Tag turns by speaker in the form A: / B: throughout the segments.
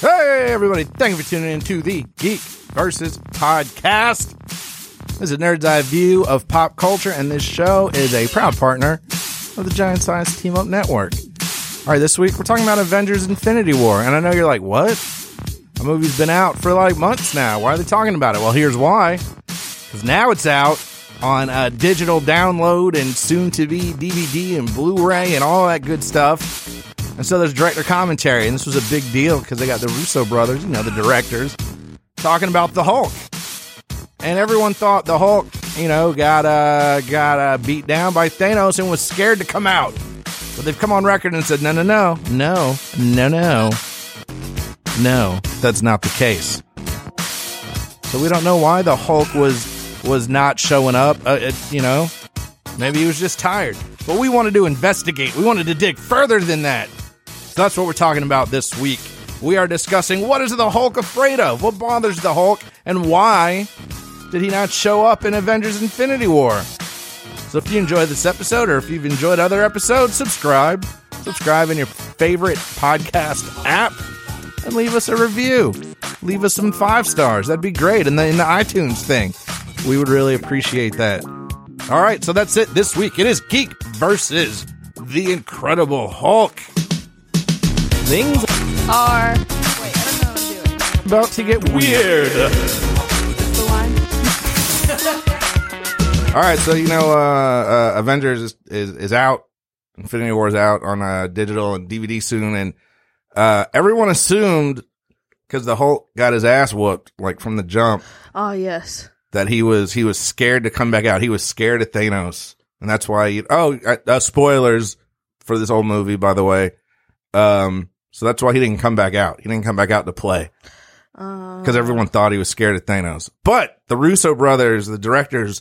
A: Hey, everybody. Thank you for tuning in to the Geek Versus Podcast. This is a nerd's eye view of pop culture, and this show is a proud partner of the Giant Science Team Up Network. All right, this week we're talking about Avengers Infinity War, and I know you're like, what? The movie's been out for like months now. Why are they talking about it? Well, here's why. Because now it's out on a digital download and soon to be DVD and Blu ray and all that good stuff. And so there's director commentary, and this was a big deal because they got the Russo brothers, you know, the directors, talking about the Hulk. And everyone thought the Hulk, you know, got uh, got uh, beat down by Thanos and was scared to come out. But they've come on record and said, no, no, no, no, no, no, no, that's not the case. So we don't know why the Hulk was was not showing up. Uh, it, you know, maybe he was just tired. But we wanted to investigate. We wanted to dig further than that. So that's what we're talking about this week. We are discussing what is the Hulk afraid of? What bothers the Hulk? And why did he not show up in Avengers Infinity War? So if you enjoyed this episode or if you've enjoyed other episodes, subscribe. Subscribe in your favorite podcast app and leave us a review. Leave us some five stars. That'd be great. And the, in the iTunes thing, we would really appreciate that. All right, so that's it this week. It is Geek versus the Incredible Hulk. Things
B: are. Wait, I don't know what I'm doing.
A: about to get weird.
B: That's the line.
A: All right, so you know, uh, uh, Avengers is, is is out. Infinity War is out on uh, digital and DVD soon, and uh, everyone assumed because the Hulk got his ass whooped like from the jump
B: Oh yes.
A: that he was he was scared to come back out. He was scared of Thanos, and that's why. He, oh, uh, uh, spoilers for this old movie, by the way. Um, so that's why he didn't come back out. He didn't come back out to play.
B: Um, Mm-hmm.
A: because everyone thought he was scared of Thanos. But the Russo brothers, the directors,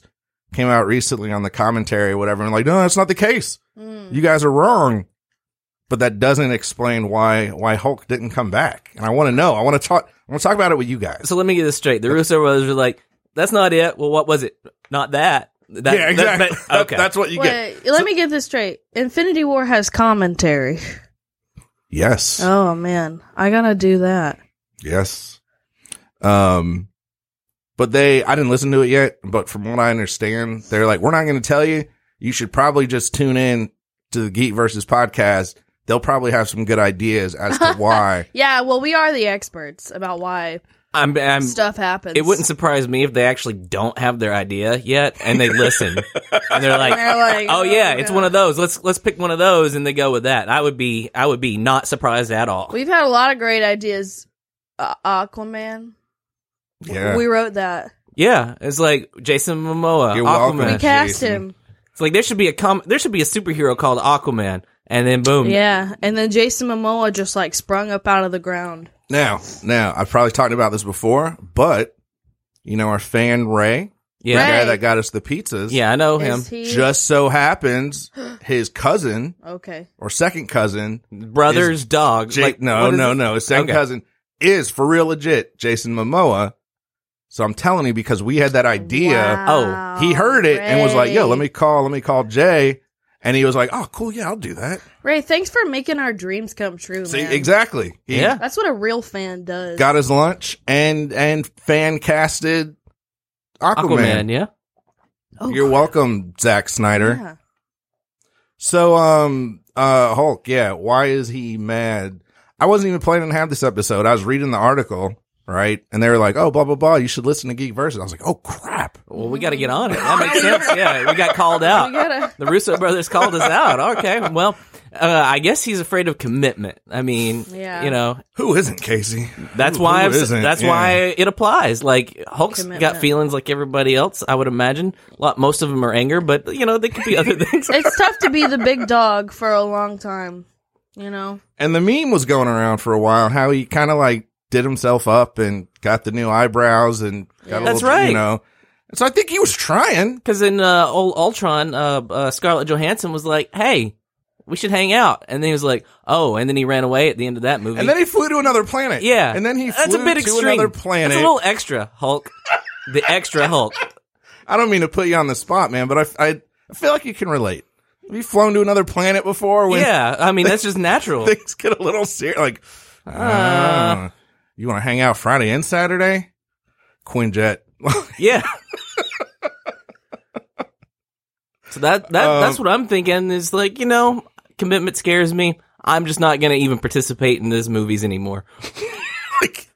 A: came out recently on the commentary, or whatever, and like, no, that's not the case.
B: hmm.
A: You guys are wrong. But that doesn't explain why why Hulk didn't come back. And I want to know. I want to talk. I want to talk about it with you guys.
C: So let me get this straight. The Russo brothers were like, "That's not it." Well, what was it? Not that. that
A: yeah, exactly.
C: that-
A: That-
C: that- okay.
A: that's what you get.
B: Wait, let me get this straight. Infinity War has commentary.
A: Yes.
B: Oh man, I gotta do that.
A: Yes. Um, but they, I didn't listen to it yet, but from what I understand, they're like, we're not going to tell you. You should probably just tune in to the Geek versus podcast. They'll probably have some good ideas as to why.
B: Yeah, well, we are the experts about why
C: I'm, I'm,
B: stuff happens.
C: it wouldn't surprise me if they actually don't have their idea yet, and they listen, and they're like,
B: They're like,
C: "Oh yeah,
B: oh,
C: it's
B: yeah."
C: one of those. Let's let's pick one of those," and they go with that. I would be I would be not surprised at all.
B: We've had a lot of great ideas. Uh, Aquaman.
A: yeah.
B: We wrote that.
C: yeah, it's like Jason Momoa,
A: You're
C: Aquaman.
A: welcome.
B: We
A: That's
B: cast
A: Jason.
B: him.
C: It's like there should be a com- there should be a superhero called Aquaman, and then boom,
B: Yeah, and then Jason Momoa just like sprung up out of the ground.
A: now, now I've probably talked about this before, but you know, our fan Ray, the
C: yeah,
B: Right.
A: guy
B: Ray.
A: that got us the pizzas,
C: yeah. I know him,
B: Is he
A: just so happens his cousin
B: okay?
A: or second cousin
C: brothers, dog.
A: Ja-
C: like
A: no,
C: what is
A: no,
C: it?
A: no. His second
C: Okay.
A: cousin is for real legit Jason Momoa. So I'm telling you because we had that idea. Oh,
B: Wow,
A: He heard it and was like, "Yo, let
B: Ray.
A: me call, let me call Jay." And he was like, "Oh, cool, yeah, I'll do that."
B: Ray, thanks for making our dreams come true.
A: See,
B: man.
A: exactly. He
C: Yeah.
B: That's what a real fan does.
A: got his lunch and and fan casted Aquaman.
C: Aquaman, yeah.
B: Oh,
A: You're welcome, Zack Snyder.
B: yeah.
A: So, um, uh, Hulk, yeah, why is he mad? I wasn't even planning to have this episode. I was reading the article, right? And they were like, oh, blah, blah, blah, you should listen to Geek Versus. I was like, oh, crap.
C: Well, we got to get on it. That makes sense. Yeah, we got called
B: We
C: out.
B: gotta.
C: The Russo brothers called us out. Okay, well, uh, I guess he's afraid of commitment. I mean,
B: Yeah.
C: you know,
A: Who isn't Casey?
C: that's
A: Who-
C: why
A: who
C: I'm, s-
A: isn't?
C: that's
A: Yeah.
C: why it applies. Like Hulk's got
B: Commitment.
C: feelings like everybody else. I would imagine. A lot, most of them are anger, but you know, they could be other things.
B: It's tough to be the big dog for a long time. You know,
A: And the meme was going around for a while, how he kind of like did himself up and got the new eyebrows and got a
C: That's
A: little,
C: right.
A: you know. And so I think he was trying.
C: Because in uh, old Ultron, uh, uh, Scarlett Johansson was like, "Hey, we should hang out," and then he was like, "Oh," and then he ran away at the end of that movie.
A: And then he flew to another planet.
C: Yeah,
A: And then he flew
C: that's a bit
A: to
C: extreme.
A: another planet.
C: That's a little extra Hulk. the extra Hulk.
A: I don't mean to put you on the spot, man, but I, I, I feel like you can relate. Have you flown to another planet before? When
C: yeah, I mean that's just natural.
A: things get a little serious. Like, ah. You want to hang out Friday and Saturday? Quinjet.
C: Yeah. so that that
A: Um,
C: that's what I'm thinking is like you know commitment scares me. I'm just not gonna even participate in these movies anymore.
A: like,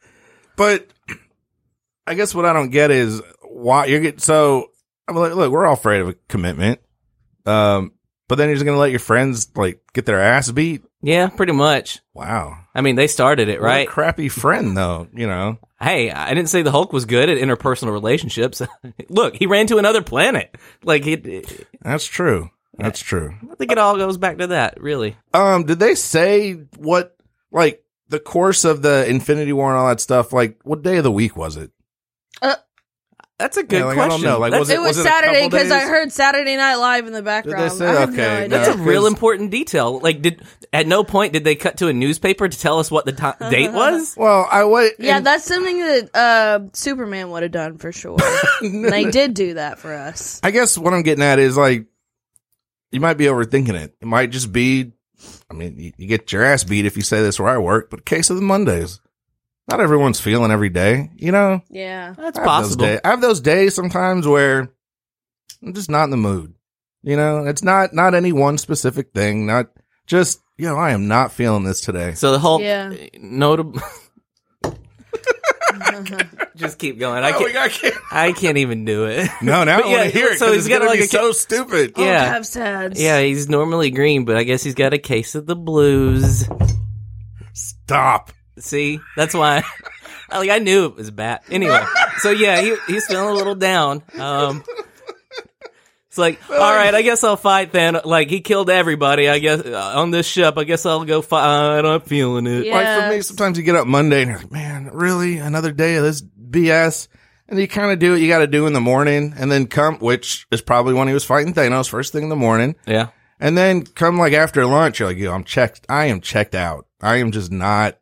A: but I guess what I don't get is why you're get so. I'm like, look, we're all afraid of a commitment. Um, but then you're just gonna let your friends like get their ass beat.
C: Yeah, pretty much.
A: Wow,
C: I mean, they started it
A: What a
C: right.
A: crappy friend though. You know,
C: Hey, I didn't say the Hulk was good at interpersonal relationships. Look, he ran to another planet. Like it, it-
A: that's true. That's true.
C: I think it all goes back to that. Really,
A: Um, did they say what like the course of the Infinity War and all that stuff? Like, what day of the week was it?
C: that's a good
A: like, I don't
C: question.
A: know, like,
C: that's,
A: was it-
B: It was,
A: a couple
B: Saturday because I
A: days?
B: heard Saturday Night Live in the background.
A: say-
B: I have
A: okay,
B: no idea.
A: no.
C: That's a real
A: 'cause-
C: important detail. Like, did at no point did they cut to a newspaper to tell us what the ti date was?
A: Well, I wait.
B: yeah, that's something that uh, Superman would have done for sure. and they did do that for us.
A: I guess what I'm getting at is like, you might be overthinking it. It might just be, I mean, you, you get your ass beat if you say this where I work, but case of the Mondays. Not everyone's feeling every day, you know?
B: Yeah.
C: That's
A: I have those
C: possible.
A: day- I have those days sometimes where I'm just not in the mood. You know, it's not, not any one specific thing, not just, you know, I am not feeling this today.
C: So the Hulk,
B: Yeah.
C: notable. Just keep going. I can't. I can't even do it.
A: No, now
C: But
A: I
C: yeah,
A: want to hear it.
C: so
A: So
C: he's
A: he's
C: got,
A: gonna
C: like,
A: be
C: a ca-
A: so stupid.
C: Yeah.
B: Oh, have sads.
C: Yeah, he's normally green, but I guess he's got a case of the blues.
A: Stop.
C: See, that's why. I, like I knew it was a bat. Anyway, so yeah, he, he's feeling a little down. Um, it's like, all right, I guess I'll fight then. Like he killed everybody. I guess uh, on this ship. I guess I'll go fight. I'm not feeling it.
B: Yeah.
A: Like for me,
B: Yes.
A: sometimes you get up Monday and you're like, man, really? Another day of this BS? And you kind of do what you got to do in the morning and then come, which is probably when he was fighting Thanos first thing in the morning.
C: Yeah.
A: And then come like after lunch, you're like, yo, I'm checked. I am checked out. I am just not,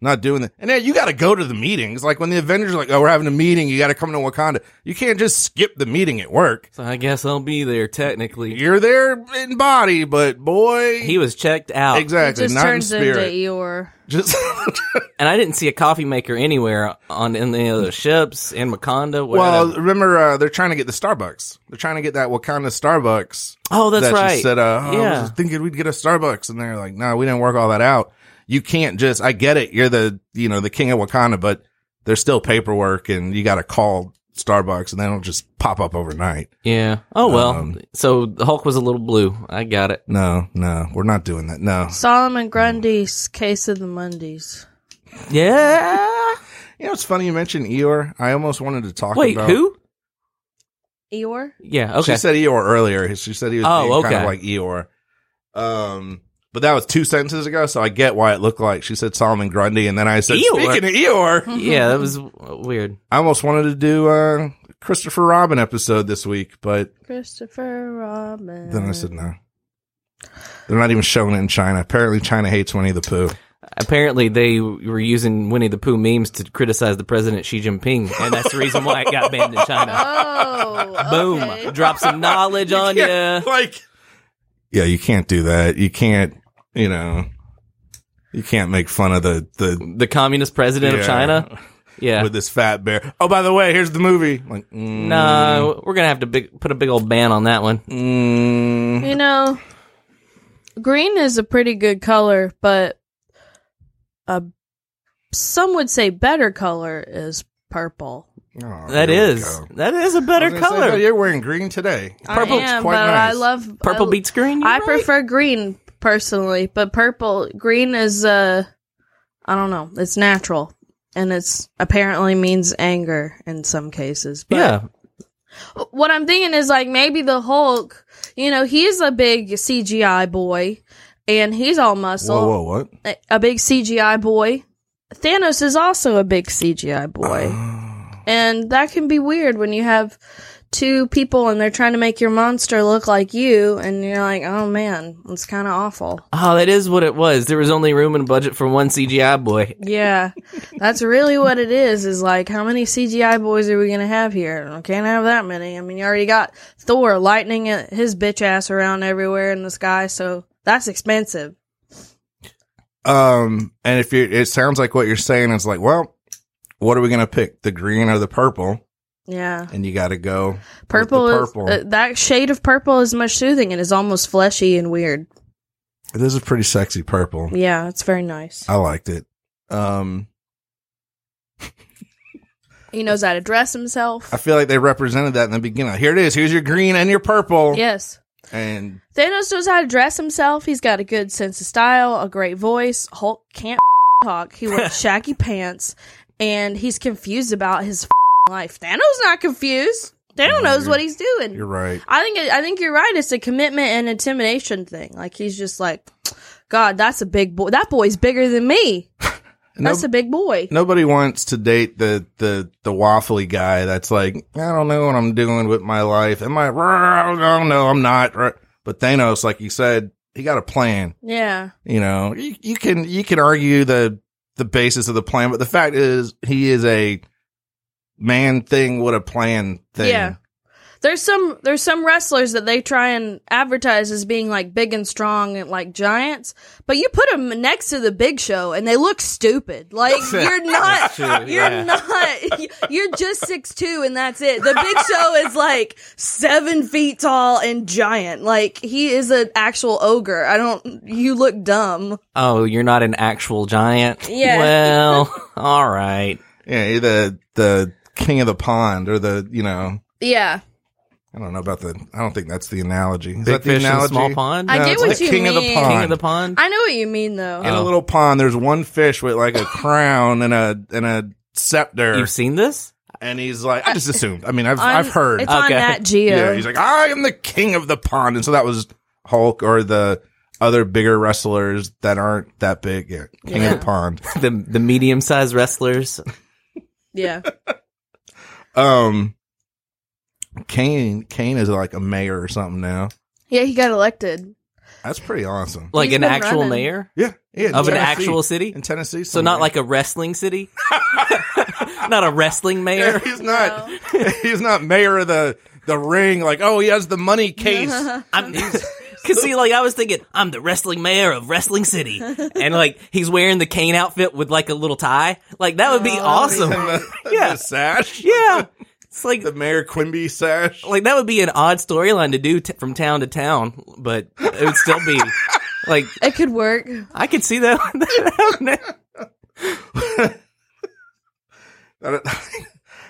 A: not doing that. And then you got to go to the meetings. Like when the Avengers are like, oh, we're having a meeting. You got to come to Wakanda. You can't just skip the meeting at work.
C: So I guess I'll be there technically.
A: You're there in body, but boy,
C: He was checked out,
B: It
A: exactly,
B: just
A: not in
B: turns into
A: spirit.
B: Eeyore.
A: Just
C: and I didn't see a coffee maker anywhere on any of the ships in Wakanda.
A: Well,
C: Well,
A: remember uh, they're trying to get the Starbucks. They're trying to get that Wakanda Starbucks.
C: oh, that's
A: that you
C: right.
A: said, uh, oh, I was
C: yeah,
A: just thinking we'd get a Starbucks, and they're like, "No, we didn't work all that out. You can't just. I get it. You're the you know the king of Wakanda, but there's still paperwork, and you got to call Starbucks, and they don't just pop up overnight.
C: yeah. Oh well.
A: Um,
C: so the Hulk was a little blue. I got it.
A: No, no, we're not doing that. No,
B: Solomon Grundy's Case of the Mondays.
C: Yeah.
A: you know it's funny you mentioned Eeyore. I almost wanted to talk.
C: Wait,
A: about,
C: who?
B: Eeyore?
C: Yeah. Okay.
A: She said Eeyore earlier. She said he was
C: Oh,
A: being kind
C: okay.
A: of like Eeyore. Um, but that was two sentences ago, so I get why it looked like she said Solomon Grundy, and then I said,
C: Eeyore?
A: speaking of Eeyore,
C: yeah, that was w- weird.
A: I almost wanted to do a Christopher Robin episode this week, but
B: Christopher Robin.
A: then I said no. They're not even showing it in China. Apparently, China hates Winnie the Pooh.
C: Apparently, they were using Winnie the Pooh memes to criticize the president Xi Jinping, and that's the reason why it got banned in China.
B: Oh.
C: Boom!
B: okay.
C: Drop some knowledge on
A: Yeah,
C: you.
A: like, yeah, you can't do that. You can't, you know, you can't make fun of the the
C: The communist president
A: Yeah.
C: of China. Yeah.
A: with this fat bear. Oh, by the way, here's the movie. Like, mm,
C: no, we're gonna have to big, put a big old ban on that one.
A: Mm,
B: You know, green is a pretty good color, but a some would say better color is purple.
A: oh,
C: That
A: here we
C: is
A: go.
C: that is a better
A: I was gonna say,
C: color.
A: oh, you're wearing green today.
B: I
A: Purple's
B: am,
A: quite
B: but
A: nice.
B: I love oh,
C: Purple
B: I,
C: beats green. you're
B: I
C: right.
B: prefer green personally, but purple green is uh I don't know, it's natural and it's apparently means anger in some cases. But
C: Yeah,
B: what I'm thinking is like maybe the Hulk, you know, he's a big CGI boy and he's all muscle.
A: Whoa, whoa, what?
B: A, a big CGI boy. Thanos is also a big CGI boy. and that can be weird when you have two people and they're trying to make your monster look like you and you're like, "Oh man, it's kind of awful."
C: oh, that is what it was. There was only room and budget for one CGI boy.
B: Yeah. That's really what it is is like how many CGI boys are we going to have here? I can't have that many. I mean, you already got Thor lightning his bitch ass around everywhere in the sky, so that's expensive.
A: Um, and if you, it sounds like what you're saying is like, well, what are we gonna pick, the green or the purple?
B: Yeah.
A: And you got to go.
B: Purple is
A: purple.
B: uh, that shade of purple is much soothing and is almost fleshy and weird.
A: This is pretty sexy purple.
B: Yeah, it's very nice.
A: I liked it. Um,
B: He knows how to dress himself.
A: I feel like they represented that in the beginning. Like, Here it is. Here's your green and your purple.
B: Yes.
A: And
B: Thanos knows how to dress himself. He's got a good sense of style, a great voice. Hulk can't talk. He wears shaggy pants, and he's confused about his life. Thanos not confused. Thanos knows what he's doing.
A: you're right.
B: I think I think you're right. It's a commitment and intimidation thing. Like he's just like, God, that's a big boy. That boy's bigger than me. That's a big boy.
A: Nobody wants to date the the the waffly guy that's like, I don't know what I'm doing with my life. Am I? No, no, I'm not. But Thanos, like you said, he got a plan.
B: Yeah,
A: You know, you, you can you can argue the the basis of the plan, but the fact is, he is a man thing with a plan thing.
B: Yeah. there's some there's some wrestlers that they try and advertise as being like big and strong and like giants, but you put them next to the Big Show and they look stupid. Like you're not,
C: true,
B: you're
C: yeah.
B: not, you- you're just six two and that's it. The Big Show is like seven feet tall and giant. Like he is an actual ogre. I don't. You look dumb.
C: Oh, you're not an actual giant.
B: Yeah.
C: Well, all right.
A: Yeah, you're the the king of the pond or the you know
B: Yeah,
A: I don't know about the I don't think that's the analogy. Is
C: Big
A: that the
C: fish in a
A: analogy?
C: small pond.
B: I
A: No,
B: get
A: it's
B: what
A: like
B: you
A: king
B: mean.
A: of the pond.
C: King of the pond.
B: I know what you mean though.
A: In a little pond, there's one fish with like a crown and a and a scepter,
C: You've seen this?
A: and he's like, I just assumed. I mean, I've
B: On-
A: I've heard.
B: it's on
C: Okay.
B: that Geo.
A: yeah, he's like, I am the king of the pond, and so that was Hulk or the other bigger wrestlers that aren't that big. Yeah, king
B: Yeah.
A: of the pond.
C: The the medium sized wrestlers.
B: yeah.
A: Um, Kane Kane is like a mayor or something now.
B: Yeah, he got elected.
A: That's pretty awesome.
C: Like
B: He's
C: an
B: been
C: actual
B: running.
C: mayor?
A: Yeah, yeah, in
C: Of an
A: Tennessee.
C: actual city?
A: in Tennessee.
C: So not like a wrestling city? not a wrestling mayor?
A: he's not he's not mayor of the the ring. Like oh, he has the money case.
C: I'm Cause see, like I was thinking, I'm the wrestling mayor of Wrestling City, and like he's wearing the cane outfit with like a little tie, like that
B: Oh,
C: would be awesome.
A: And the,
C: Yeah.
A: the sash.
C: Yeah, it's like
A: The Mayor Quimby sash.
C: like that would be an odd storyline to do t- from town to town, but it would still be like
B: It could work.
C: I could see that. that-
A: I don't,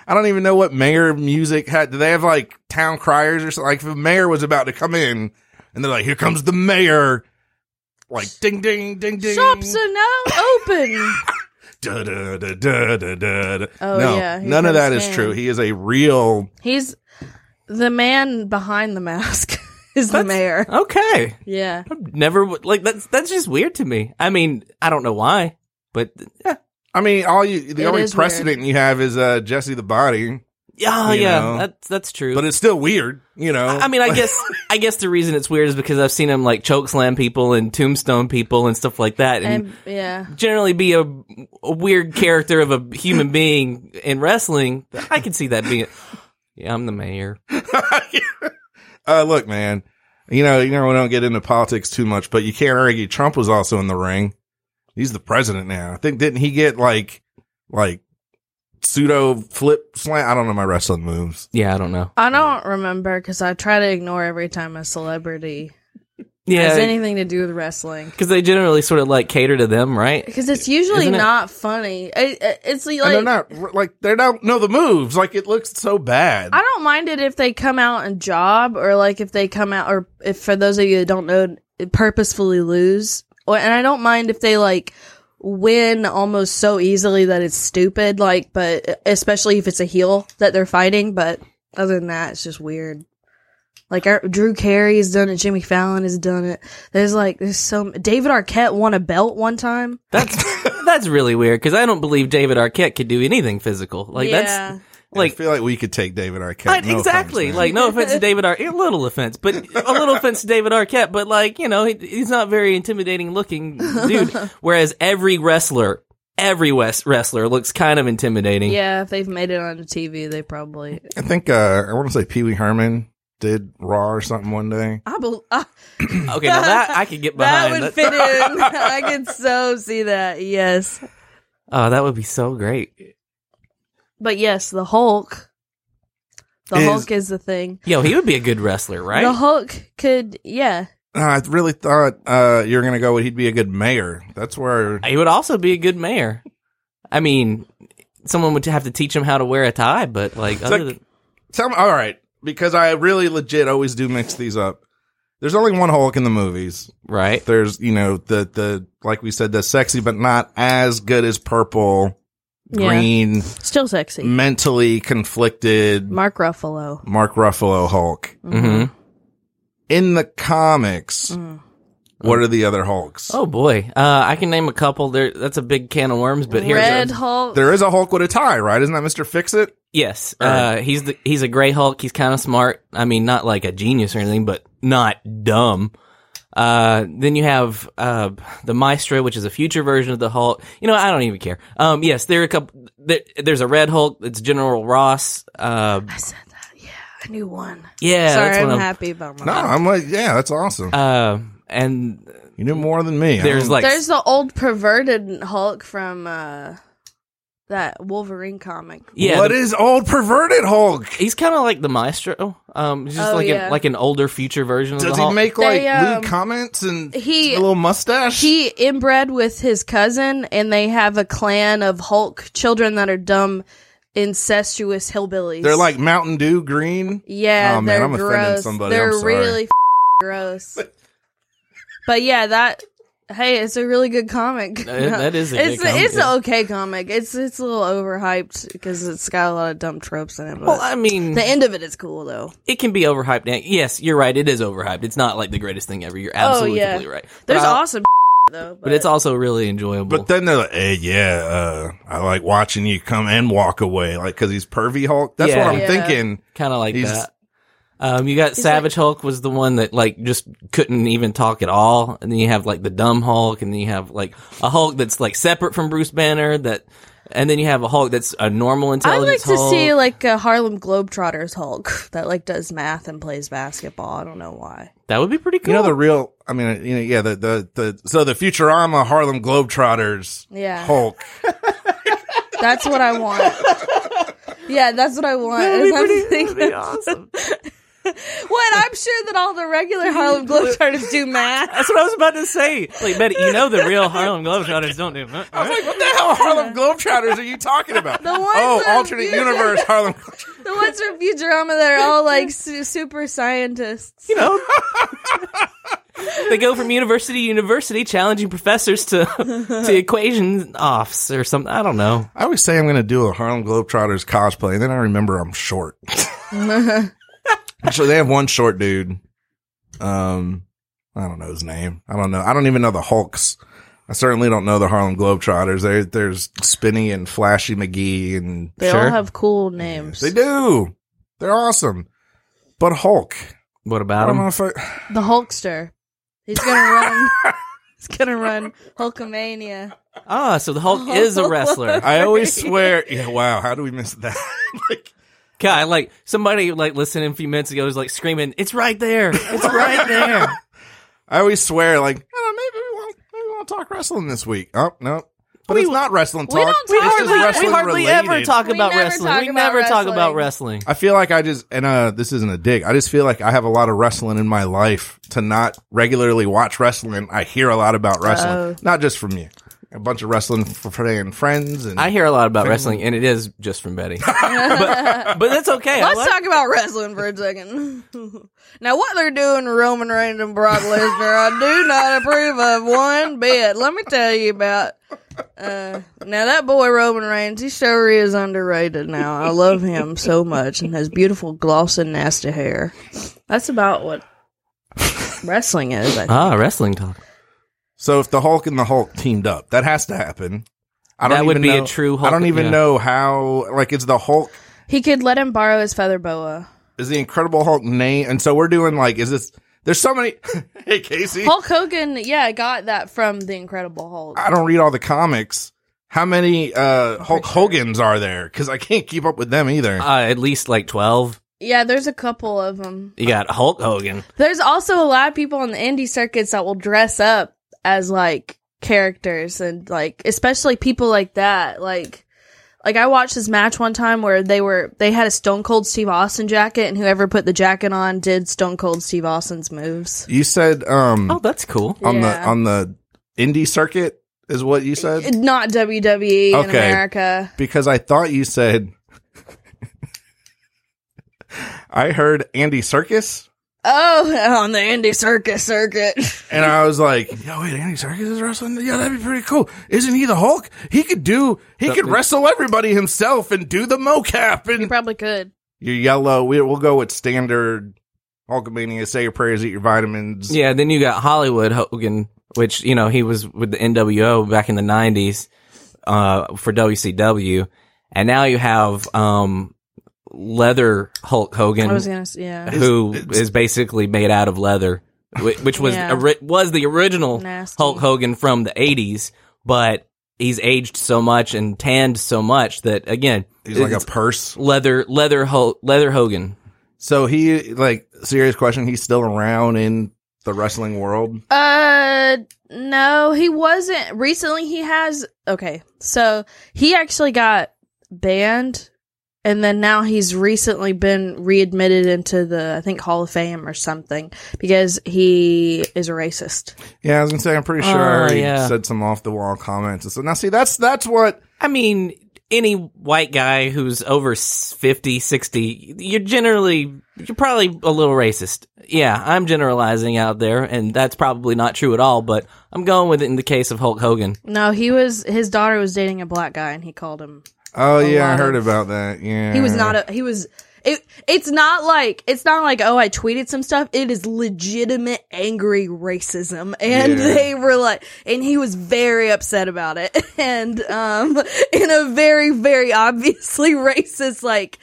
A: I don't even know what mayor music had. Do they have like town criers or something? Like if a mayor was about to come in and they're like, here comes the mayor. Like ding ding ding ding.
B: Shops are now open.
A: Da, da, da, da, da, da, da.
B: Oh,
A: no,
B: yeah, here
A: none of
B: comes
A: that is
B: Stan.
A: true. He is a real.
B: He's the man behind the mask. Is the
C: That's-
B: mayor?
C: okay,
B: Yeah,
C: never would- like that's that's just weird to me. I mean, I don't know why, but yeah,
A: I mean, all you the
B: It
A: only
B: is weird.
A: precedent you have is uh, Jesse the Body,
C: yeah,
A: You
C: yeah,
A: know.
C: that's that's true.
A: but it's still weird, you know.
C: I mean, I guess I guess the reason it's weird is because I've seen him like choke slam people and tombstone people and stuff like that, and,
B: and yeah,
C: generally be a, a weird character of a human being in wrestling. I can see that being. Yeah, I'm the mayor.
A: uh, look, man, you know, you know, we don't get into politics too much, but you can't argue Trump was also in the ring. He's the president now. I think didn't he get like, like pseudo flip slam? I don't know my wrestling moves.
C: Yeah, I don't know.
B: I don't remember because I try to ignore every time a celebrity has
C: Yeah,
B: anything to do with wrestling.
C: because they generally sort of like cater to them, right?
B: Because it's usually
C: Isn't it-
B: not funny. I- I- it's like
A: and they're not like they don't know the moves. Like it looks so bad.
B: I don't mind it if they come out and job or like if they come out or if for those of you that don't know purposefully lose or and I don't mind if they like win almost so easily that it's stupid like but especially if it's a heel that they're fighting but other than that it's just weird. Like our, Drew Carey has done it, Jimmy Fallon has done it. There's like there's so David Arquette won a belt one time.
C: That's that's really weird because I don't believe David Arquette could do anything physical. Like
B: Yeah.
C: that's like
A: I feel like we could take David Arquette. No
C: I-
A: offense,
C: exactly.
A: man.
C: like, no offense to David Arquette. A little offense, but a little offense to David Arquette. But, like, you know, he, he's not very intimidating looking dude. Whereas every wrestler, every West wrestler looks kind of intimidating.
B: Yeah, if they've made it on TV, they probably
A: I think uh, I want to say Pee Wee Herman did Raw or something one day.
B: I bel I,
C: Okay, now that I could get
B: that
C: behind.
B: would
C: That-
B: fit in. I could so see that. Yes,
C: Oh, that would be so great.
B: but yes, the Hulk. The
A: Is-
B: Hulk is the thing.
C: Yo, he would be a good wrestler, right?
B: The Hulk could, yeah.
A: Uh, I really thought uh, you were going to go with he'd be a good mayor. That's where.
C: he would also be a good mayor. I mean, someone would have to teach him how to wear a tie, but like, other
A: like-
C: than,
A: Tell me, all right, because I really legit always do mix these up. There's only one Hulk in the movies.
C: right?
A: There's, you know, the the like we said, the sexy but not as good as purple,
B: Yeah.
A: green,
B: Still sexy.
C: Mm.
A: mentally conflicted
B: Mark Ruffalo.
A: Mark Ruffalo Hulk.
C: hmm
A: In the comics,
B: Mm.
A: what are the other Hulks?
C: Oh boy, uh, I can name a couple. There, that's a big can of worms. But here's
B: Red
C: a,
B: Hulk.
A: There is a Hulk with a tie, right? Isn't that Mister Fix It?
C: yes, uh, he's the, he's a gray Hulk. He's kind of smart. I mean, not like a genius or anything, but not dumb. Uh, then you have uh, the Maestro, which is a future version of the Hulk. You know, I don't even care. Um, yes, there are a couple. There, there's a Red Hulk. It's General Ross. Uh,
B: I said that. Yeah, I knew one.
C: yeah,
B: Sorry,
C: that's
B: I'm
C: one of them.
B: happy about my.
A: No, I'm like, yeah, that's awesome.
C: Uh, and
A: you knew more than me. I
C: There's
A: don't-
C: like
B: There's the old perverted Hulk from uh, that Wolverine comic.
C: yeah,
A: what
C: the-
A: is old perverted Hulk?
C: he's kind of like the maestro. Um, he's just
B: Oh,
C: like
B: yeah.
C: a, like an older future version of
A: Does
C: the
A: he
C: Hulk.
A: make like
B: They, um,
A: lewd comments and
B: he-
A: a little mustache?
B: He inbred with his cousin, and they have a clan of Hulk children that are dumb, incestuous hillbillies.
A: They're like Mountain Dew green.
B: yeah,
A: Oh, man,
B: they're
A: I'm offending
B: gross.
A: somebody.
B: They're
A: I'm sorry.
B: really f- gross. but yeah, that hey, it's a really good comic.
C: Uh, that is a good
B: it's
C: comic,
B: it's
C: yeah.
B: an okay comic. It's it's a little overhyped because it's got a lot of dumb tropes in it. But
C: Well, I mean,
B: the end of it is cool though.
C: it can be overhyped. And Yes, you're right. It is overhyped. It's not like the greatest thing ever. You're absolutely
B: Oh, yeah.
C: right. But
B: There's
C: I'll-
B: awesome though,
C: but it's also really enjoyable.
A: But then they're like, hey, yeah, uh, I like watching you come and walk away, like because he's pervy Hulk. That's
C: Yeah.
A: what I'm
B: Yeah.
A: thinking.
C: kind of like
A: he's-
C: that. Um, you got
B: He's
C: Savage Hulk was the one that like just couldn't even talk at all, and then you have like the dumb Hulk, and then you have like a Hulk that's like separate from Bruce Banner that, and then you have a Hulk that's a normal
B: I'd like
C: intelligence.
B: to
C: Hulk.
B: see like a Harlem Globetrotters Hulk that like does math and plays basketball. I don't know why.
C: that would be pretty cool.
A: You know the real. I mean, you know, yeah. The the the so the Futurama Harlem Globetrotters
B: Yeah.
A: Hulk.
B: That's what I want. yeah, that's what I want. Is I'm thinking-
C: awesome.
B: what I'm sure that all the regular Harlem Globetrotters do math.
C: That's what I was about to say. Like Betty, you know the real Harlem Globetrotters don't do. much,
A: I was
C: right?
A: like, what the hell Harlem Globetrotters are you talking about?
B: ones
A: oh,
B: that are
A: alternate
B: beautiful.
A: universe Harlem. Globetrotters.
B: The ones from Futurama that are all like su- super scientists.
C: You know, they go from university to university, challenging professors to to equation offs or something. I don't know.
A: I always say I'm going to do a Harlem Globetrotters cosplay, and then I remember I'm short. so they have one short dude. Um, I don't know his name. I don't know. I don't even know the Hulks. I certainly don't know the Harlem Globetrotters. There, there's Spinny and Flashy McGee, and
B: They
C: Sure.
B: all have cool names.
A: they do. They're awesome. But Hulk, I
C: What about
A: don't know
C: them?
A: if I,
B: The Hulkster. He's gonna run. He's gonna run Hulkamania.
C: Ah, so the Hulk is a wrestler.
A: I always swear. Yeah, wow. How do we miss that? like,
C: God, like somebody like listening a few minutes ago was like screaming, "It's right there! It's right there!"
A: I always swear, like, oh, maybe we won't, maybe we won't talk wrestling this week. Oh no, but it's not wrestling talk.
B: we don't
A: It's
B: talk
A: just
B: about- we
A: wrestling
C: hardly
A: related.
C: ever talk
B: We
C: about
B: never
C: wrestling.
B: talk
C: we
B: about
C: never talk
B: wrestling.
C: about wrestling.
A: I feel like I just and uh, this isn't a dig. I just feel like I have a lot of wrestling in my life to not regularly watch wrestling. I hear a lot about wrestling,
B: Oh.
A: not just from you. A bunch of wrestling for and friends, and
C: I hear a lot about wrestling, and it is just from Betty. but, but that's okay. I
B: Let's
C: like-
B: talk about wrestling for a second. now, what they're doing to Roman Reigns and Brock Lesnar, I do not approve of one bit. Let me tell you about. Uh, now that boy Roman Reigns, he sure is underrated. Now I love him so much, and his beautiful gloss and nasty hair. That's about what wrestling is. I think.
C: Ah, wrestling talk.
A: so if the Hulk and the Hulk teamed up, that has to happen. I
C: That would
A: even
C: be a
A: know-
C: true
A: I don't
C: Hulk-
A: even
C: yeah.
A: know how. Like, is the Hulk
B: He could let him borrow his feather boa.
A: is the Incredible Hulk name? And so we're doing like, is this? There's so many. hey, Casey,
B: Hulk Hogan, yeah, I got that from the Incredible Hulk.
A: I don't read all the comics. How many uh, Hulk Hogan's are there? Because I can't keep up with them either.
C: Uh, at least like twelve.
B: Yeah, there's a couple of them.
C: You got Hulk Hogan.
B: There's also a lot of people on the indie circuits that will dress up as like characters and like especially people like that. Like like I watched this match one time where they were they had a Stone Cold Steve Austin jacket and whoever put the jacket on did Stone Cold Steve Austin's moves.
A: You said um
C: Oh, that's cool.
A: on
B: Yeah.
A: the on the indie circuit is what you said
B: Not WWE in
A: Okay.
B: America.
A: because I thought you said I heard Andy Circus
B: Oh, on the indie circus circuit.
A: and I was like, "Yo, wait, Andy Circus is wrestling? Yeah, that'd be pretty cool. Isn't he the Hulk? He could do he could wrestle everybody himself and do the mocap
B: you
A: and
B: probably could.
A: your yellow. We, we'll go with standard Hulkamania. Say your prayers, eat your vitamins.
C: Yeah, then you got Hollywood Hogan, which you know he was with the NWO back in the '90s uh, for WCW, and now you have um, leather Hulk Hogan,
B: I was gonna. s- Yeah.
C: who
A: It's-
C: is
A: it's-
C: basically made out of leather, whi- which was
B: Yeah.
C: ori- was the original
B: Nasty.
C: Hulk Hogan from the '80s, but he's aged so much and tanned so much that again,
A: he's like a
C: it's
A: purse.
C: leather leather Hulk leather Hogan.
A: So he like serious question. He's still around in the wrestling world.
B: Uh, no, he wasn't. Recently, he has. Okay, so he actually got banned, and then now he's recently been readmitted into the I think Hall of Fame or something because he is a racist.
A: Yeah, I was gonna say I'm pretty
C: Oh,
A: sure he
C: yeah.
A: said some off the wall comments. And so now see that's that's what
C: I mean, any white guy who's over s- 50, 60, you're generally, you're probably a little racist. Yeah, I'm generalizing out there, and that's probably not true at all, but I'm going with it in the case of Hulk Hogan.
B: No, he was his daughter was dating a black guy, and he called him.
A: Oh yeah, I
B: lot
A: heard
B: of-
A: about that. Yeah.
B: He was not
C: Uh.
B: a. He was. It, it's not like it's not like oh I tweeted some stuff. It is legitimate angry racism, and
A: Yeah.
B: they were like, and he was very upset about it, and um, in a very very obviously racist, like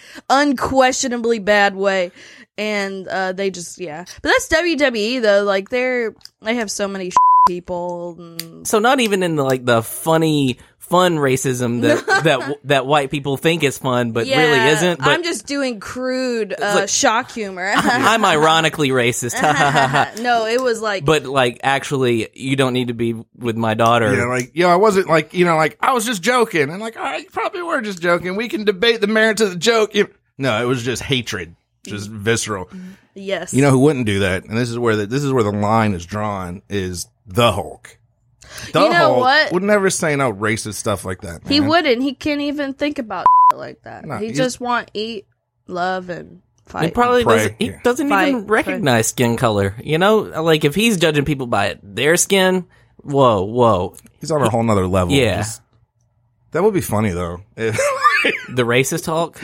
B: unquestionably bad way, and uh, they just yeah. But that's WWE though. Like they're they have so many people. And,
C: So not even in the, like the funny, fun racism that, that, w- that white people think is fun, but really
B: Yeah,
C: isn't. But
B: I'm just doing crude uh,
C: like-
B: shock humor.
C: I'm ironically racist.
B: no, it was like
C: but like, actually, you don't need to be with my daughter.
A: Yeah, like yo, I wasn't like you know, like I was just joking, and like all right, you probably were just joking. We can debate the merits of the joke. You- Mm-hmm. No, it was just hatred, just visceral.
B: yes.
A: You know who wouldn't do that? And this is where the, this is where the line is drawn is the Hulk. The
B: You know
A: Hulk
B: what?
A: would never say no racist stuff like that.
B: He
A: man.
B: wouldn't. He can't even think about like that.
A: No,
B: he
A: he's-
B: just want eat, love, and
C: He
B: fight.
C: probably
A: Pray,
C: doesn't. He
A: yeah.
C: doesn't
B: Fight,
C: even
B: pray.
C: recognize skin color. You know, like if he's judging people by their skin, whoa, whoa,
A: He's on a whole nother level.
C: Yeah.
A: Just- that would be funny though, because
C: the racist Hulk,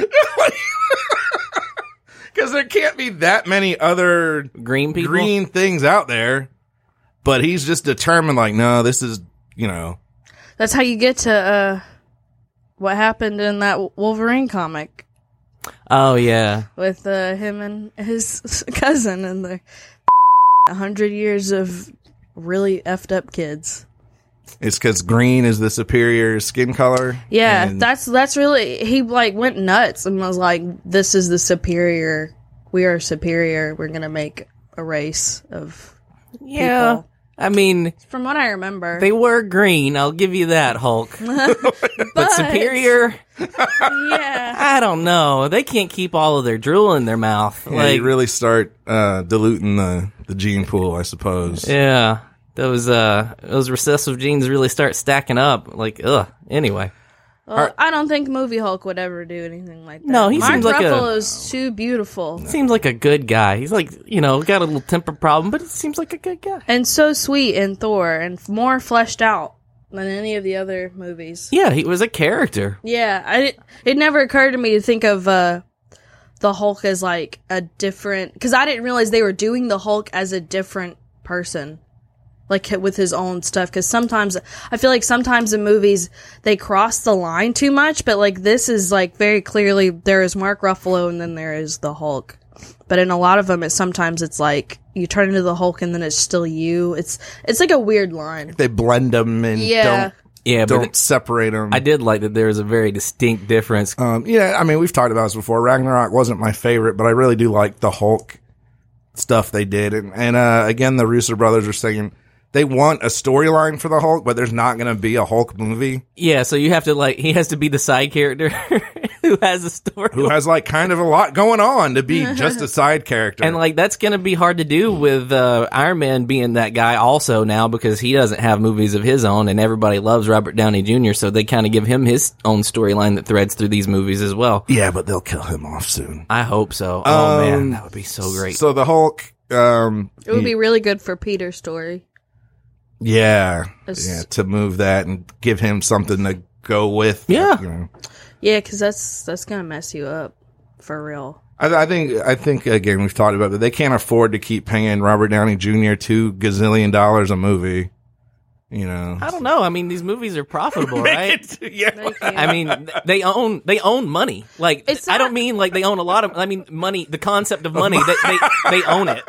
A: there can't be that many other
C: green people.
A: green things out there. But he's just determined, like, no, this is you know,
B: That's how you get to uh, what happened in that Wolverine comic
C: Oh yeah,
B: with uh, him and his cousin and the hundred years of really effed up kids.
A: it's because green is the superior skin color.
B: Yeah,
A: and-
B: that's that's really he like went nuts and was like, "This is the superior. We are superior. We're gonna make a race of."
C: yeah.
B: People.
C: I mean,
B: From what I remember,
C: they were green. I'll give you that, Hulk. but, superior,
B: yeah.
C: I don't know. They can't keep all of their drool in their mouth.
A: Yeah,
C: like,
A: you really start uh, diluting the the gene pool, I suppose.
C: yeah, those uh, those recessive genes really start stacking up. Like, ugh. Anyway,
B: Well, I don't think movie Hulk would ever do anything like that.
C: No, he
B: Mark
C: seems like a-
B: Ruffalo's too beautiful
C: seems like a good guy. He's like, you know, got a little temper problem, but it seems like a good guy.
B: and so sweet in Thor and f- more fleshed out than any of the other movies.
C: Yeah, he was a character.
B: Yeah, I di- it never occurred to me to think of uh, the Hulk as like a different because I didn't realize they were doing the Hulk as a different person. Like hi- with his own stuff, because sometimes I feel like sometimes in movies they cross the line too much, but like this is like very clearly there is Mark Ruffalo and then there is the Hulk. But in a lot of them, it's sometimes it's like you turn into the Hulk and then it's still you. It's it's like a weird line.
A: They blend them and
B: Yeah.
A: don't
C: Yeah, but
A: don't
C: th-
A: separate them.
C: I did like that there is a very distinct difference.
A: Um, yeah, I mean, we've talked about this before. Ragnarok wasn't my favorite, but I really do like the Hulk stuff they did. And, and uh, again, the Russo brothers are saying they want a storyline for the Hulk, but there's not going to be a Hulk movie
C: Yeah, so you have to like he has to be the side character who has a story.
A: who has like kind of a lot going on to be just a side character.
C: and like that's gonna be hard to do with uh, Iron Man being that guy also now because he doesn't have movies of his own and everybody loves Robert Downey Jr. So they kind of give him his own storyline that threads through these movies as well.
A: yeah, but they'll kill him off soon.
C: I hope so. Oh
A: Um,
C: man, that would be so great.
A: So the Hulk, um,
B: It would be really good for Peter's story.
A: yeah,
B: It's-
A: yeah, to move that and give him something to go with.
C: Yeah.
A: you know.
B: Yeah, because that's that's gonna mess you up for real.
A: I, I think I think again we've talked about that they can't afford to keep paying Robert Downey Jr. two gazillion dollars a movie. You know,
C: I don't know. I mean, these movies are profitable, right?
A: yeah,
B: Thank you.
C: I mean, th- they own they own money. Like
B: It's
C: I
B: not-
C: don't mean like they own a lot of. I mean money. The concept of money. they, they they own it.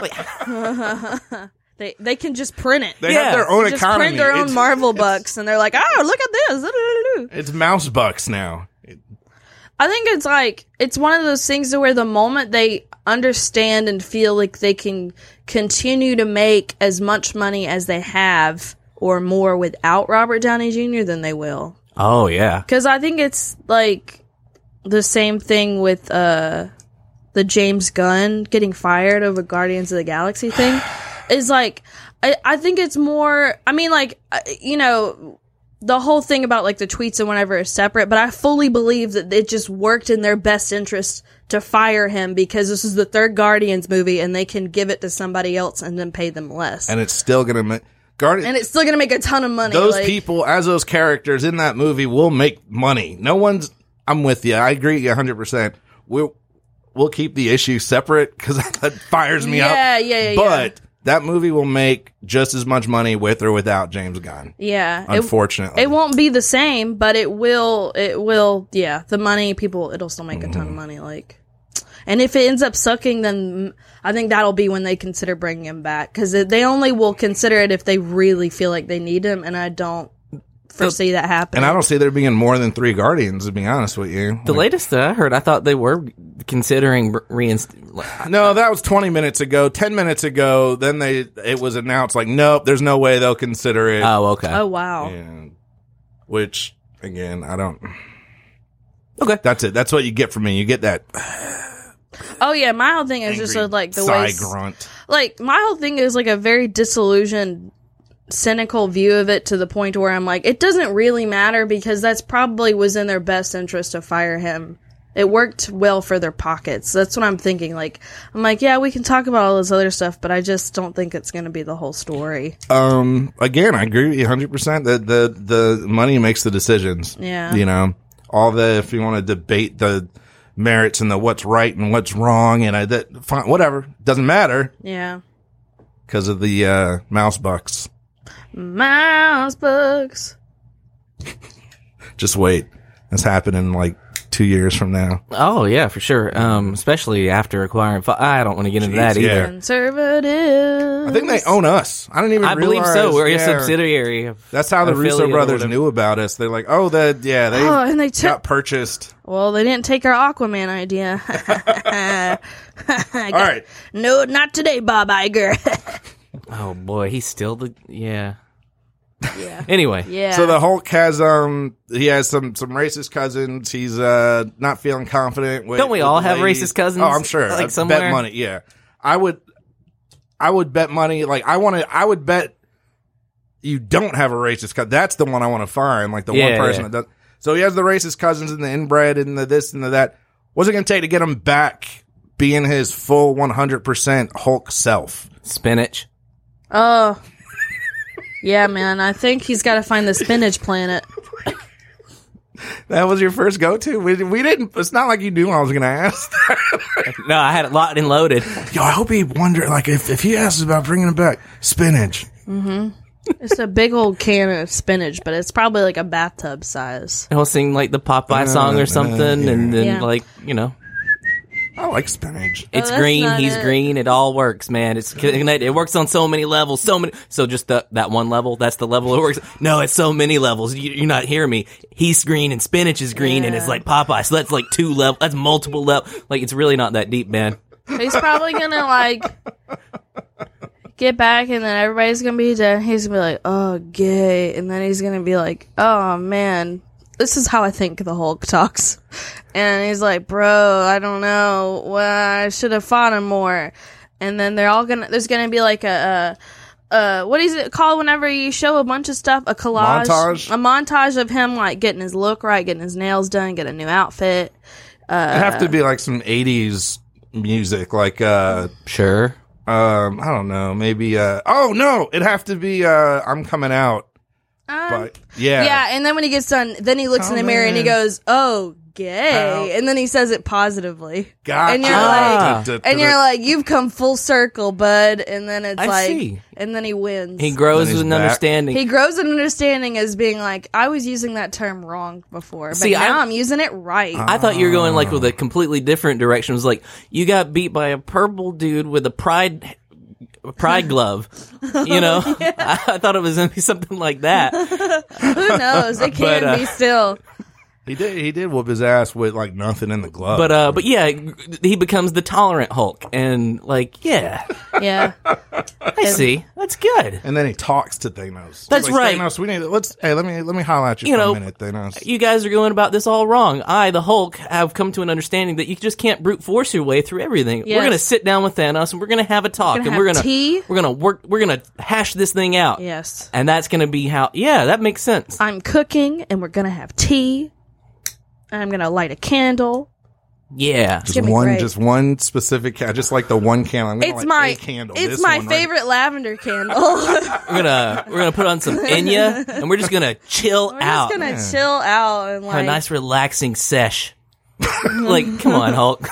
C: Like,
B: they they can just print it.
A: they
C: Yeah.
A: have their own
B: just
A: economy.
B: print their own
A: it's,
B: Marvel bucks, and they're like, "Oh, look at this!"
A: it's mouse bucks now.
B: I think it's like it's one of those things where the moment they understand and feel like they can continue to make as much money as they have or more without Robert Downey Jr., then they will.
C: oh yeah.
B: Because I think it's like the same thing with uh, the James Gunn getting fired over Guardians of the Galaxy thing. Is like, I, I think it's more. I mean, like, uh, you know, the whole thing about like the tweets and whatever is separate, but I fully believe that it just worked in their best interest to fire him because this is the third Guardians movie and they can give it to somebody else and then pay them less. And,
A: And it's still gonna make guard
B: it's still going to make a ton of money.
A: those
B: like-
A: people as those characters in that movie will make money. No one's. I'm with you. I agree 100. percent We'll we'll keep the issue separate because that fires me up.
B: Yeah, yeah, yeah, yeah.
A: But that movie will make just as much money with or without James Gunn.
B: Yeah. it-
A: Unfortunately,
B: it won't be the same, but it will. It will. Yeah, the money people. It'll still make a
A: Mm-hmm.
B: ton of money. Like, and if it ends up sucking, then I think that'll be when they consider bringing him back because they only will consider it if they really feel like they need him, and I don't foresee that happening.
A: And I don't see there being more than three guardians, to be honest with you.
C: The latest that I heard, I thought they were considering reinstating.
A: no, that was 20 minutes ago, 10 minutes ago. Then they it was announced like, nope, there's no way they'll consider it.
C: Oh, okay.
B: oh wow.
A: And- which again, I don't.
C: Okay.
A: That's it. That's what you get from me. You get that
B: Oh yeah. My whole thing is just uh, like the
A: sigh
B: way
A: grunt.
B: like my whole thing is like a very disillusioned cynical view of it to the point where i'm like it doesn't really matter because that's probably was in their best interest to fire him it worked well for their pockets that's what i'm thinking like i'm like yeah we can talk about all this other stuff but i just don't think it's going to be the whole story
A: Um, again, I agree with you 100. percent That the the money makes the decisions.
B: Yeah.
A: You know, all the if you want to debate the merits and the what's right and what's wrong and I, that fine, whatever doesn't matter.
B: yeah
A: because of the uh, mouse bucks.
B: mouse books
A: Just wait, that's happening like two years from now.
C: Oh yeah, for sure. Um, especially after acquiring. Fi- I don't want to get into
A: Jeez,
C: that either.
A: yeah.
B: conservative
A: I think they own us. I didn't even.
C: I believe
A: realize-
C: so. We're
A: yeah.
C: a subsidiary. Of,
A: That's how the
C: affiliate
A: Russo
C: or
A: brothers
C: whatever.
A: knew about us. They're like, oh, the yeah, they
B: oh and they took
A: got purchased.
B: well they didn't take our aquaman idea I
A: All
B: got-
A: right,
B: no not today bob Iger.
C: oh boy, he's still the yeah.
B: Yeah.
C: Anyway,
B: Yeah.
A: so the Hulk has um he has some some racist cousins. He's uh not feeling confident. With,
C: Don't we
A: with
C: all
A: the
C: have
A: ladies.
C: racist cousins?
A: Oh, I'm sure.
C: Like
A: Like somewhere.
C: somewhere?
A: bet money. Yeah, I would. I would bet money. Like I want to. I would bet you don't have a racist cousin. That's the one I want to find. Like the
C: Yeah,
A: one person
C: yeah.
A: that does. So he has the racist cousins and the inbred and the this and the that. What's it going to take to get him back being his full 100% Hulk self?
C: spinach.
B: oh. Yeah, man. I think he's got to find the spinach planet.
A: That was your first go to. We, we didn't. It's not like you knew I was going to ask.
C: No, I had it locked and loaded.
A: Yo, I hope he wondered, like, if, if he asks about bringing it back, spinach.
B: It's a big old can of spinach, but it's probably like a bathtub size.
A: Uh,
C: He'll sing like the Popeye song or something, and then
B: Yeah.
C: like you know,
A: I like spinach.
C: It's
B: Oh, that's
C: green.
B: not
C: He's
B: it.
C: green. It all works, man. It's connected. It works on so many levels. So many. So just the, that one level. That's the level it works. No, it's so many levels. You, you're not hearing me. He's green and spinach is green and it's
B: Yeah.
C: like Popeye. So that's like two level. That's multiple level. Like it's really not that deep, man.
B: He's probably gonna like get back, and then everybody's gonna be dead. He's gonna be like, "Oh, gay," and then he's gonna be like, "Oh man, this is how I think the Hulk talks." And he's like, "Bro, I don't know. Well, I should have fought him more." And then they're all gonna. There's gonna be like a. a uh, what is it called whenever you show a bunch of stuff? A collage?
A: Montage?
B: A montage of him, like, getting his look right, getting his nails done, get a new outfit.
A: It'd have to be like some '80s music, like uh,
C: Sure.
A: um, I don't know, maybe. Uh, oh no, it'd have to be uh, "I'm Coming Out."
B: Um,
A: But yeah,
B: Yeah, and then when he gets done, then he looks in the mirror and he
A: Coming.
B: goes, "Oh, gay,"
A: Out.
B: and then he says it positively,
A: gotcha.
B: and you're
C: Ah.
B: like, and you're like, "You've come full circle, bud." And then it's
C: I
B: like,
C: see.
B: and then he wins.
C: He
A: Then
C: grows
A: he's
C: with an
A: back.
C: understanding.
B: He grows an understanding as being like, "I was using that term wrong before, but
C: See,
B: now
C: I- Uh-huh.
B: I'm, using it right."
C: I thought you were going like with a completely different direction. It was like you got beat by a purple dude with a pride a pride glove. You know, I, I thought it was going to be something like that.
B: Who knows? It can
C: But, uh,
B: be still.
A: he did. He did whoop his ass with like nothing in the glove.
C: But uh, but yeah, he becomes the tolerant Hulk, and like yeah,
B: Yeah,
C: I see. That's good.
A: and then he talks to Thanos.
C: That's
A: He's like,
C: right.
A: Thanos, we need. Let's. Hey, let me let me holler at you,
C: You
A: for
C: know,
A: a minute, Thanos.
C: You guys are going about this all wrong. I, the Hulk, have come to an understanding that you just can't brute force your way through everything.
B: Yes.
C: We're going to sit down with Thanos, and we're going to have a talk,
B: gonna
C: and we're
B: have
C: going
B: tea.
C: to we're going to work. We're going to hash this thing out.
B: yes.
C: And that's going to be how. Yeah, that makes sense.
B: I'm cooking, and we're gonna have tea. And I'm gonna light a candle.
C: Yeah.
A: just
B: gonna be
A: one,
B: great.
A: just one specific. ca- Just like the one candle. I'm gonna
B: It's
A: light
B: my
A: a candle.
B: It's
A: This
B: my
A: one right-
B: favorite lavender candle.
C: We're gonna we're gonna put on some Enya and we're just gonna chill
B: We're
C: out.
B: just gonna chill out and
C: Have
B: like
C: a nice relaxing sesh. like, come on, Hulk.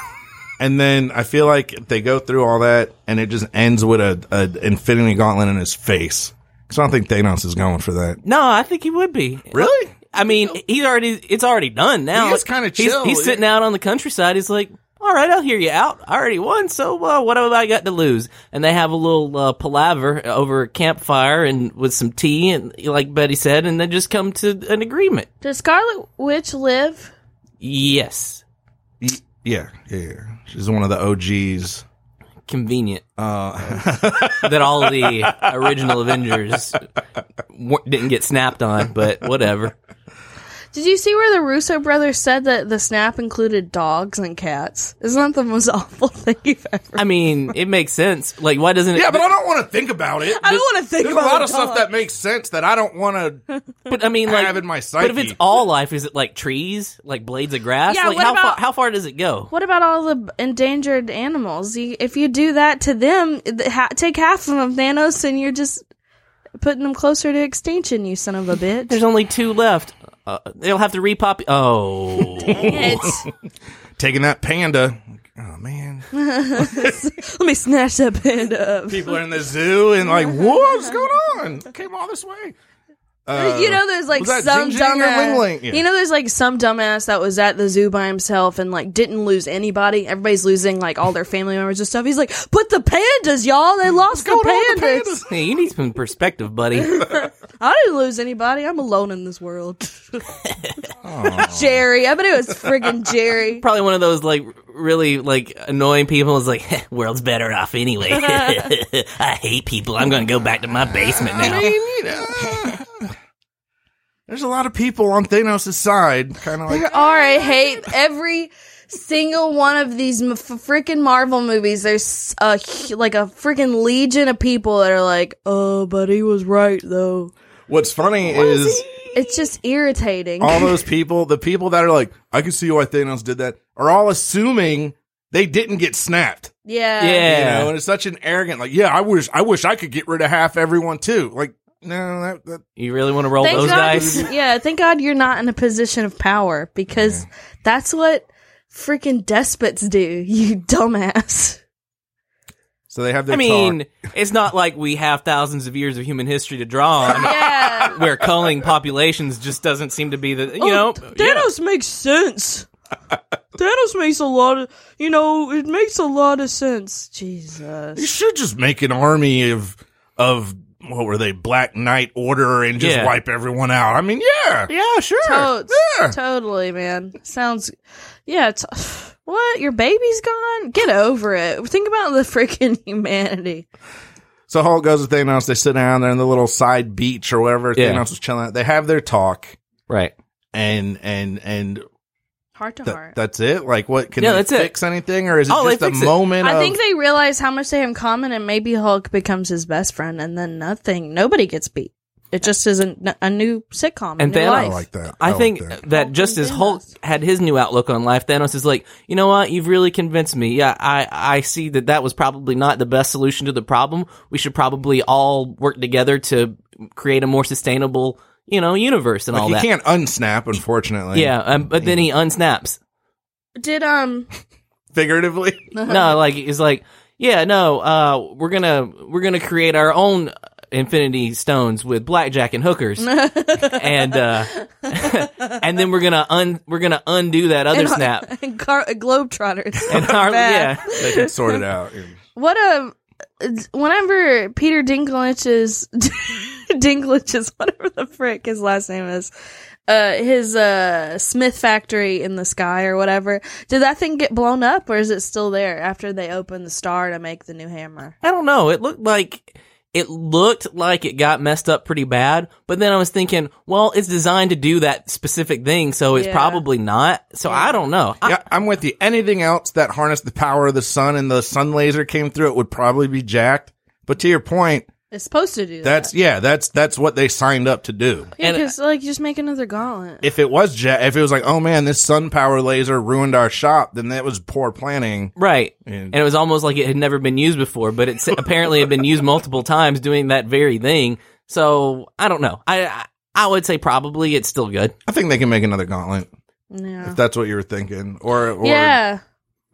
A: And then I feel like they go through all that, and it just ends with a, a Infinity Gauntlet in his face. Because I don't think Thanos is going for that.
C: No, I think he would be.
A: Really?
C: I mean, he's already it's already done now.
A: He is kinda
C: He's-
A: chill.
C: He's, sitting out on the countryside. He's like, all right, I'll hear you out. I already won, so uh, what have I got to lose? And they have a little uh, palaver over a campfire and with some tea and like Betty said, and then just come to an agreement.
B: Does Scarlet Witch live?
C: Yes,
A: Y- Yeah, yeah, yeah. She's one of the OGs.
C: convenient.
A: Uh,
C: that all the original Avengers w- didn't get snapped on, but whatever.
B: Did you see where the Russo brothers said that the snap included dogs and cats? Isn't that the most awful thing you've ever?
C: I mean, it makes sense. Like, why doesn't it?
A: yeah, but I don't want to think about it.
B: I don't want to think
A: There's a
B: about
A: lot
B: the
A: of stuff
B: dog.
A: that makes sense that I don't want to.
C: but I mean, like,
A: have in my
C: But if
A: psyche.
C: it's all life, is it like trees, like blades of grass?
B: Yeah,
C: like,
B: what
C: how
B: about-
C: far? How far does it go?
B: What about all the endangered animals? You- If you do that to them, th- ha- take half of them, Thanos, and you're just putting them closer to extinction. You son of a bitch!
C: There's only two left. Uh, they'll have to repop. Oh,
B: It's-
A: Taking that panda. Oh, man.
B: Let me snatch that panda up.
A: People are in the zoo and like, what's going on? Came all this way. Uh,
B: you know, there's like
A: was that
B: some
A: Jing Jing or Ling
B: dumbass.
A: Ling? Yeah.
B: You know, there's like some dumbass that was at the zoo by himself and like didn't lose anybody. Everybody's losing like all their family members and stuff. He's like, but the pandas, y'all, they lost the
A: going on with
B: pandas.
A: the pandas?
C: hey, you need some perspective, buddy.
B: I didn't lose anybody. I'm alone in this world. Jerry, I bet it was friggin' Jerry.
C: Probably one of those like really like annoying people is like, "Heh, world's better off anyway. I hate people. I'm gonna go back to my basement now.
A: I mean, uh, you know, there's a lot of people on Thanos' side, kind of like
B: There are. I hate every single one of these m- freaking Marvel movies. There's a hu- like a freaking legion of people that are like, oh, but he was right though.
A: What's funny is
B: It's just irritating.
A: all those people, the people that are like, I can see why Thanos did that, are all assuming they didn't get snapped.
B: yeah.
A: You
C: Yeah.
A: know, and it's such an arrogant, like, yeah, I wish, I wish I could get rid of half everyone too. Like, no, that, that
C: You really want to roll
B: Thank
C: those
B: God.
C: dice?
B: Yeah. Thank God you're not in a position of power because that's what freaking despots do. You dumbass.
A: so they have their.
C: I mean,
A: talk.
C: it's not like we have thousands of years of human history to draw on.
B: Yeah.
C: Where
B: Oh,
C: culling populations just doesn't seem to be the you know yeah.
B: Thanos makes sense. Thanos makes a lot of, you know, it makes a lot of sense.
A: You
B: Jesus.
A: should just make an army of of what were they, Black Knight Order, and just
C: Yeah.
A: wipe everyone out. I mean, yeah, yeah, sure,
B: Totes.
A: yeah.
B: Totally, man. Sounds, yeah. It's, what? Your baby's gone? Get over it. Think about the freaking humanity.
A: So Hulk goes with Thanos. They sit down. They're in the little side beach or wherever
C: Yeah.
A: Thanos was chilling. at. They have their talk,
C: Right.
A: and and and
B: Heart to
A: th-
B: heart.
A: that's it. Like, what can
C: Yeah,
A: they
C: that's it.
A: fix anything, or is it
C: Oh, they
A: just a
C: fix it.
A: moment?
B: I
A: of,
C: um,
B: think they realize how much they have in common, and maybe Hulk becomes his best friend, and then nothing. Nobody gets beat. It just is a, a new sitcom.
C: And
B: a new
C: Thanos-
A: I
B: life.
A: like that.
C: I,
A: like
C: think
A: that.
C: that,
B: Hulk
C: just
B: and
C: as Hulk
B: Thanos.
C: had his new outlook on life, Thanos is like, you know what? You've really convinced me. Yeah, I, I see that that was probably not the best solution to the problem. We should probably all work together to create a more sustainable, you know, universe and
A: Like,
C: all
A: you
C: that.
A: can't unsnap, unfortunately.
C: yeah, um, but then he unsnaps.
B: Did um
A: figuratively.
C: no, like he's like, yeah, no, uh, we're gonna we're gonna create our own Infinity Stones with blackjack and hookers, and uh, and then we're gonna un we're gonna undo that other snap.
B: Gar- uh, Globetrotters?
C: And our,
B: Bad.
C: yeah,
A: they can sort it out.
B: What a whenever Peter Dinklage is Dinklage is whatever the frick his last name is. Uh, his uh Smith factory in the sky or whatever. Did that thing get blown up or is it still there after they opened the star to make the new hammer?
C: I don't know. It looked like it looked like it got messed up pretty bad, but then I was thinking, well, it's designed to do that specific thing, so it's
B: Yeah.
C: probably not. So I don't know. I,
A: Yeah, I'm with you. Anything else that harnessed the power of the sun and the sun laser came through it would probably be jacked. But to your point,
B: It's supposed to do
A: that's
B: that.
A: yeah, that's that's what they signed up to do.
B: Yeah,
C: and-
B: because like just make another gauntlet.
A: If it was ja if it was like, oh man, this sun power laser ruined our shop, then that was poor planning.
C: Right.
A: And-
C: And it was almost like it had never been used before, but it's apparently had been used multiple times doing that very thing. So I don't know. I I, I would say probably it's still good.
A: I think they can make another gauntlet
B: yeah.
A: if that's what you were thinking, or, or
B: yeah.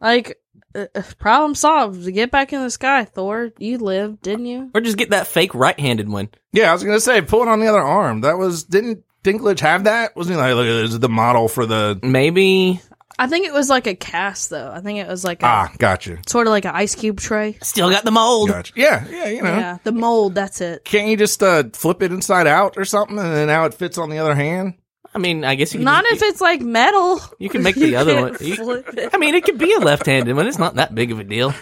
B: Like uh, uh, problem solved. Get back in the sky, Thor. You lived, didn't you?
C: Or just get that fake right-handed one.
A: Yeah, I was gonna say pull it on the other arm. That was didn't Dinklage have that? Wasn't he like look, this is the model for the
C: Maybe
B: I think it was like a cast though. I think it was like a
A: ah? Gotcha,
B: sort of like an ice cube tray.
C: still got the mold.
A: gotcha. Yeah, yeah, you know.
B: Yeah, the mold. That's it.
A: Can't you just uh, flip it inside out or something, and then now it fits on the other hand?
C: I mean, I guess you can
B: Not
C: just-
B: if it's like metal.
C: you can make the other
B: can't
C: one. You-
B: flip it.
C: I mean, it could be a left-handed one. It's not that big of a deal.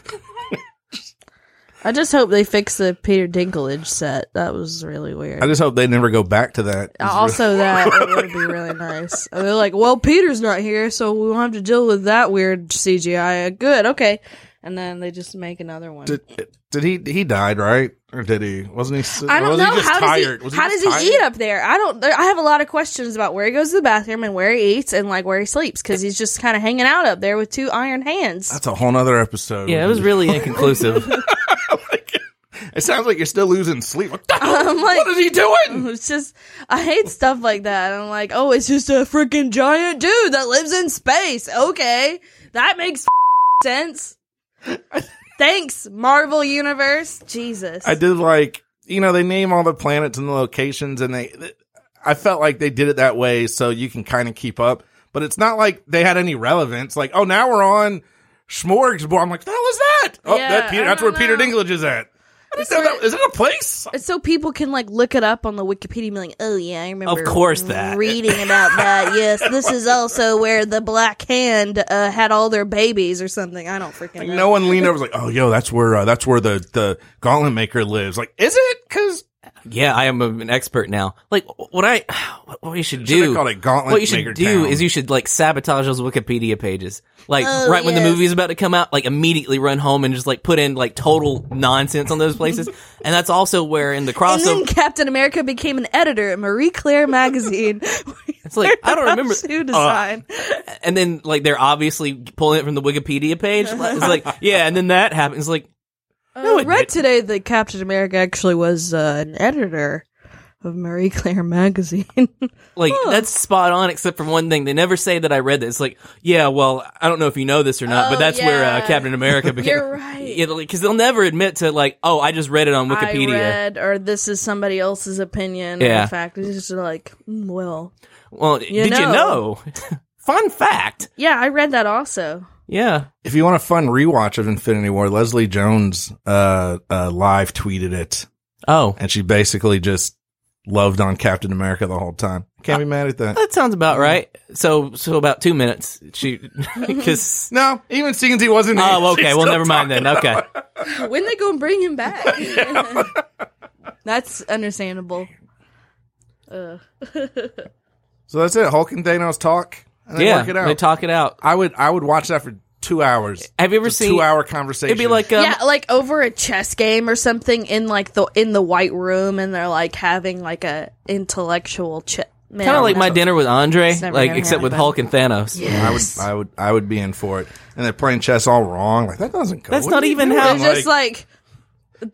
B: I just hope they fix the Peter Dinklage set. That was really weird.
A: I just hope they never go back to that.
B: also, that it would be really nice. And they're like, "Well, Peter's not here, so we won't have to deal with that weird CGI." Uh, Good, okay. And then they just make another one.
A: Did, did he? He died, right? Or did he? Wasn't he? si-
B: I don't
A: wasn't
B: know
A: He just
B: how
A: tired?
B: does
A: Was
B: he, how
A: just
B: does he
A: tired?
B: eat up there? I don't. I have a lot of questions about where he goes to the bathroom and where he eats and like where he sleeps because he's just kind of hanging out up there with two iron hands.
A: That's a whole nother episode.
C: Yeah, it was really inconclusive.
A: It sounds like you're still losing sleep. What, the
B: I'm like,
A: what is he doing?
B: it's just I hate stuff like that. I'm like, oh, it's just a freaking giant dude that lives in space. Okay, that makes sense. Thanks, Marvel Universe. Jesus,
A: I did like you know they name all the planets and the locations, and they. I felt like they did it that way so you can kind of keep up, but it's not like they had any relevance. Like, oh, now we're on Smorgasbord. I'm like, the hell is that? Oh,
B: Yeah,
A: that Peter,
B: I
A: that's where
B: don't
A: Peter
B: know.
A: Dinklage is at. I didn't
B: It's
A: know
B: sort
A: that- Is it a place?
B: It's so people can like look it up on the Wikipedia and be like, oh yeah, I remember.
C: Of course that.
B: reading about that. yes, this is also where the Black Hand uh, had all their babies or something. I don't freaking know.
A: No one leaned over was like, "Oh, yo, that's where uh, that's where the the gauntlet maker lives." Like, is it? Because
C: Yeah, I am an expert now. Like what I, what we should
A: Should've
C: do,
A: called it Gauntlet
C: what you should
A: Maker
C: do
A: Town.
C: is you should like sabotage those Wikipedia pages. Like
B: Oh,
C: right when the
B: yes.
C: movie is about to come out, like immediately run home and just like put in like total nonsense on those places. and that's also where in the
B: And
C: crossover,
B: then Captain America became an editor at Marie Claire magazine.
C: it's like I don't remember. Uh,
B: shoe design.
C: And then like they're obviously pulling it from the Wikipedia page. It's like yeah, and then that happens. Like
B: Uh,
C: it
B: read today that Captain America actually was uh, an editor of Marie Claire magazine.
C: like that's spot on except for one thing. They never say that I read this. It's like yeah, well I don't know if you know this or not, but
B: Oh,
C: that's where uh,
B: yeah.
C: Captain America became.
B: You're right.
C: because they'll never admit to like, oh, I just read it on Wikipedia.
B: I read, or this is somebody else's opinion.
C: Yeah.
B: In fact, it's just like, mm, well,
C: well, did you
B: know.
C: know? fun fact.
B: Yeah, I read that also.
C: Yeah.
A: If you want a fun rewatch of Infinity War, Leslie Jones uh, uh, live tweeted it,
C: Oh,
A: and she basically just loved on Captain America the whole time. Can't be mad at that.
C: that sounds about right. So, so about two minutes. She, because.
A: No, even seeing he wasn't. in it,
C: Oh,
A: she's
C: okay. Well,
A: still
C: never mind then. Okay.
B: When they go and bring him back? That's understandable. Ugh.
A: So that's it. Hulk and Thanos talk, and they
C: Yeah.
A: work it out.
C: They talk it out.
A: I would, I would watch that for two hours.
C: Have you ever
A: It's a
C: seen?
A: two-hour conversation?
C: It'd be like um,
B: yeah, like over a chess game or something in like the in the white room, and they're like having like a intellectual chit.
C: kind of like my dinner with
B: Oh.
C: Andre,
B: It's never
C: like
B: gonna
C: except with
B: happen.
C: Hulk and Thanos.
A: I would, I would, I would be in for it. And they're playing chess all wrong. Like that doesn't go.
C: That's
A: What
C: not
A: are you
C: even
A: doing?
C: how-
B: They're just like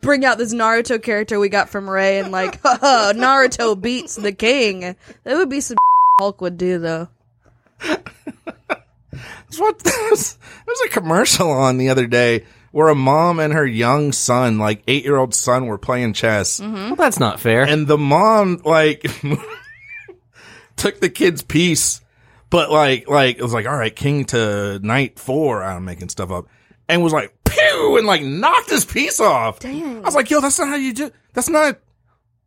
B: bring out this Naruto character we got from Ray, and like oh, Naruto beats the king. That would be some Hulk would do though.
A: That's what there was, there was a commercial on the other day where a mom and her young son, like eight-year-old son, were playing chess,
C: Well, that's not fair.
A: and the mom like took the kid's piece, but like, like it was like, all right, king to knight four. I'm making stuff up, and was like, pew, and like knocked his piece off. Dang. I was like, yo, that's not how you do. That's not.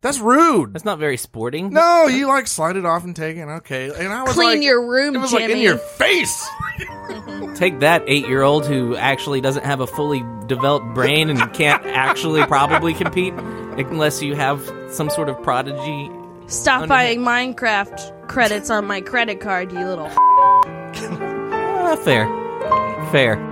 A: That's rude.
C: that's not very sporting.
A: No, you like slide it off and take it. Okay, and I was
B: Clean
A: like,
B: your room,
A: It was
B: Jimmy.
A: like in your face.
C: Take that eight-year-old who actually doesn't have a fully developed brain and can't actually probably compete unless you have some sort of prodigy.
B: Stop buying Minecraft credits on my credit card, you little.
C: Ah, Uh, fair, fair.